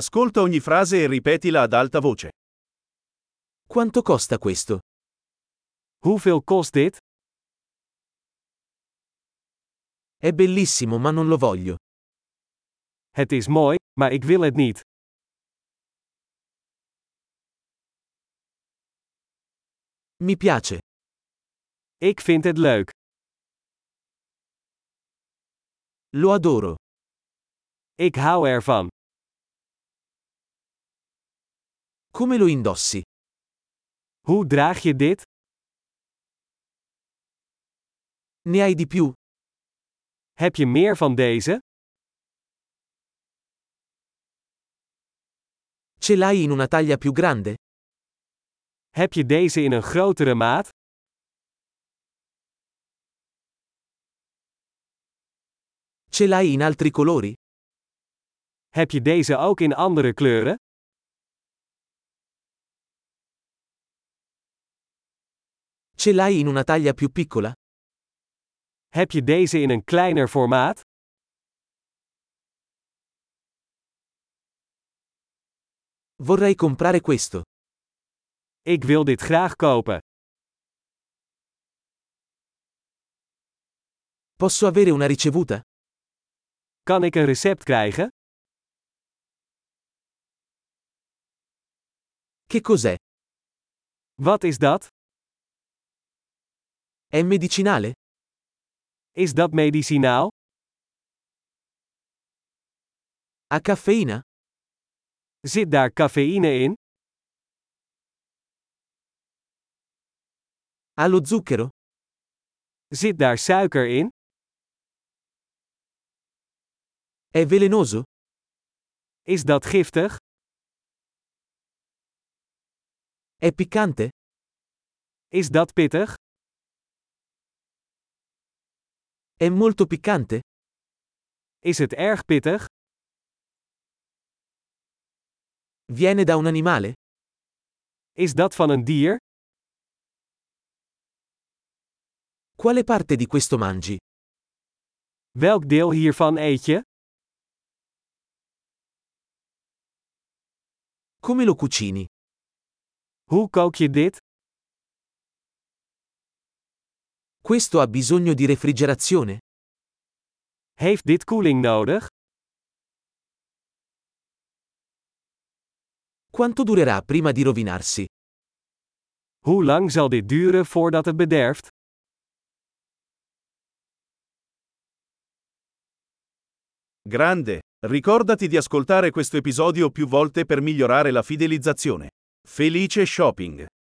Ascolta ogni frase e ripetila ad alta voce. Quanto costa questo? Hoeveel kost dit? È bellissimo ma non lo voglio. Het is mooi, maar ik wil het niet. Mi piace. Ik vind het leuk. Lo adoro. Ik hou ervan. Come lo indossi? Hoe draag je dit? Ne hai di più? Heb je meer van deze? Ce l'hai in una taglia più grande? Heb je deze in een grotere maat? Ce l'hai in altri colori? Heb je deze ook in andere kleuren? Ce l'hai in una taglia più piccola? Heb je deze in een kleiner formaat? Vorrei comprare questo. Ik wil dit graag kopen. Posso avere una ricevuta? Kan ik een recept krijgen? Che cos'è? Wat is dat? È medicinale? Is dat medicinaal? Ha caffeina? Zit daar cafeïne in? Ha lo zucchero? Zit daar suiker in? È velenoso? Is dat giftig? È piccante? Is dat pittig? È molto piccante? Is het erg pittig? Viene da un animale? Is dat van een dier? Quale parte di questo mangi? Welk deel hiervan eet je? Come lo cucini? Hoe kook je dit? Questo ha bisogno di refrigerazione? Heeft dit koeling nodig? Quanto durerà prima di rovinarsi? Hoe lang zal dit duren voordat het bederft? Grande. Ricordati di ascoltare questo episodio più volte per migliorare la fidelizzazione. Felice shopping!